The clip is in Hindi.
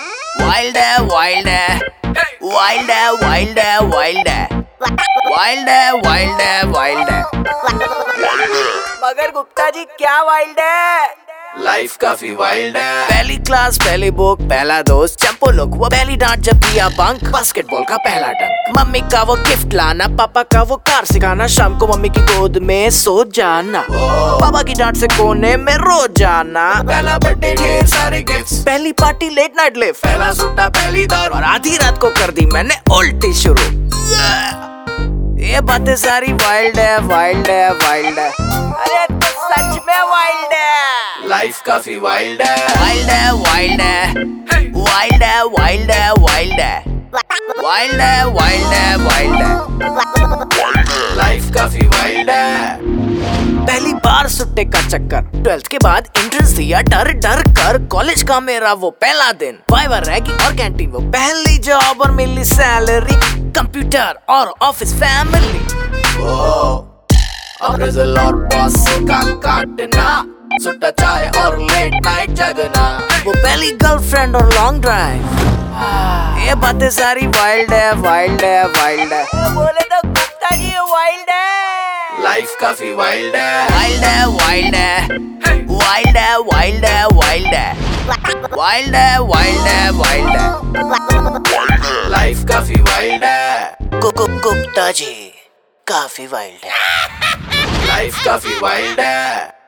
वाइल्ड है वाइल्ड है वाइल्ड है वाइल्ड है वाइल्ड है वाइल्ड है वाइल्ड है वाइल्ड है मगर गुप्ता जी क्या वाइल्ड है लाइफ काफी वाइल्ड है पहली क्लास पहली बुक पहला दोस्त चंपो लोग वो पहली डांट जब दिया बंक बास्केटबॉल का पहला डंक मम्मी का वो गिफ्ट लाना पापा का वो कार सिखाना शाम को मम्मी की गोद में सो जाना पापा की डांट से कोने में रो जाना पहला बर्थडे ढेर सारे गिफ्ट पहली पार्टी लेट नाइट लिफ्ट पहला सुट्टा पहली दारू और आधी रात को कर दी मैंने उल्टी शुरू ये बातें सारी वाइल्ड है वाइल्ड है वाइल्ड है अरे तो सच में वाइल्ड है लाइफ काफी वाइल्ड है वाइल्ड है वाइल्ड है वाइल्ड है वाइल्ड है वाइल्ड है वाइल्ड है वाइल्ड है वाइल्ड है लाइफ काफी वाइल्ड है पहली बार सुट्टे का चक्कर ट्वेल्थ के बाद एंट्रेंस दिया डर डर कर कॉलेज का मेरा वो पहला दिन वाइवा रैगी और कैंटीन वो पहली जॉब और मिली सैलरी कंप्यूटर और ऑफिस फैमिली अब रिजल Oh, और बॉस का काटना सुट्टा चाय और लेट नाइट जगना वो पहली गर्लफ्रेंड और लॉन्ग ड्राइव ये बातें सारी वाइल्ड है वाइल्ड है वाइल्ड है बोले तो गुप्ता जी वाइल्ड है लाइफ काफी वाइल्ड है वाइल्ड है वाइल्ड है वाइल्ड है वाइल्ड है वाइल्ड है वाइल्ड है वाइल्ड है वाइल्ड है लाइफ काफी वाइल्ड है कुकु गुप्ता जी काफी वाइल्ड है लाइफ काफी वाइल्ड है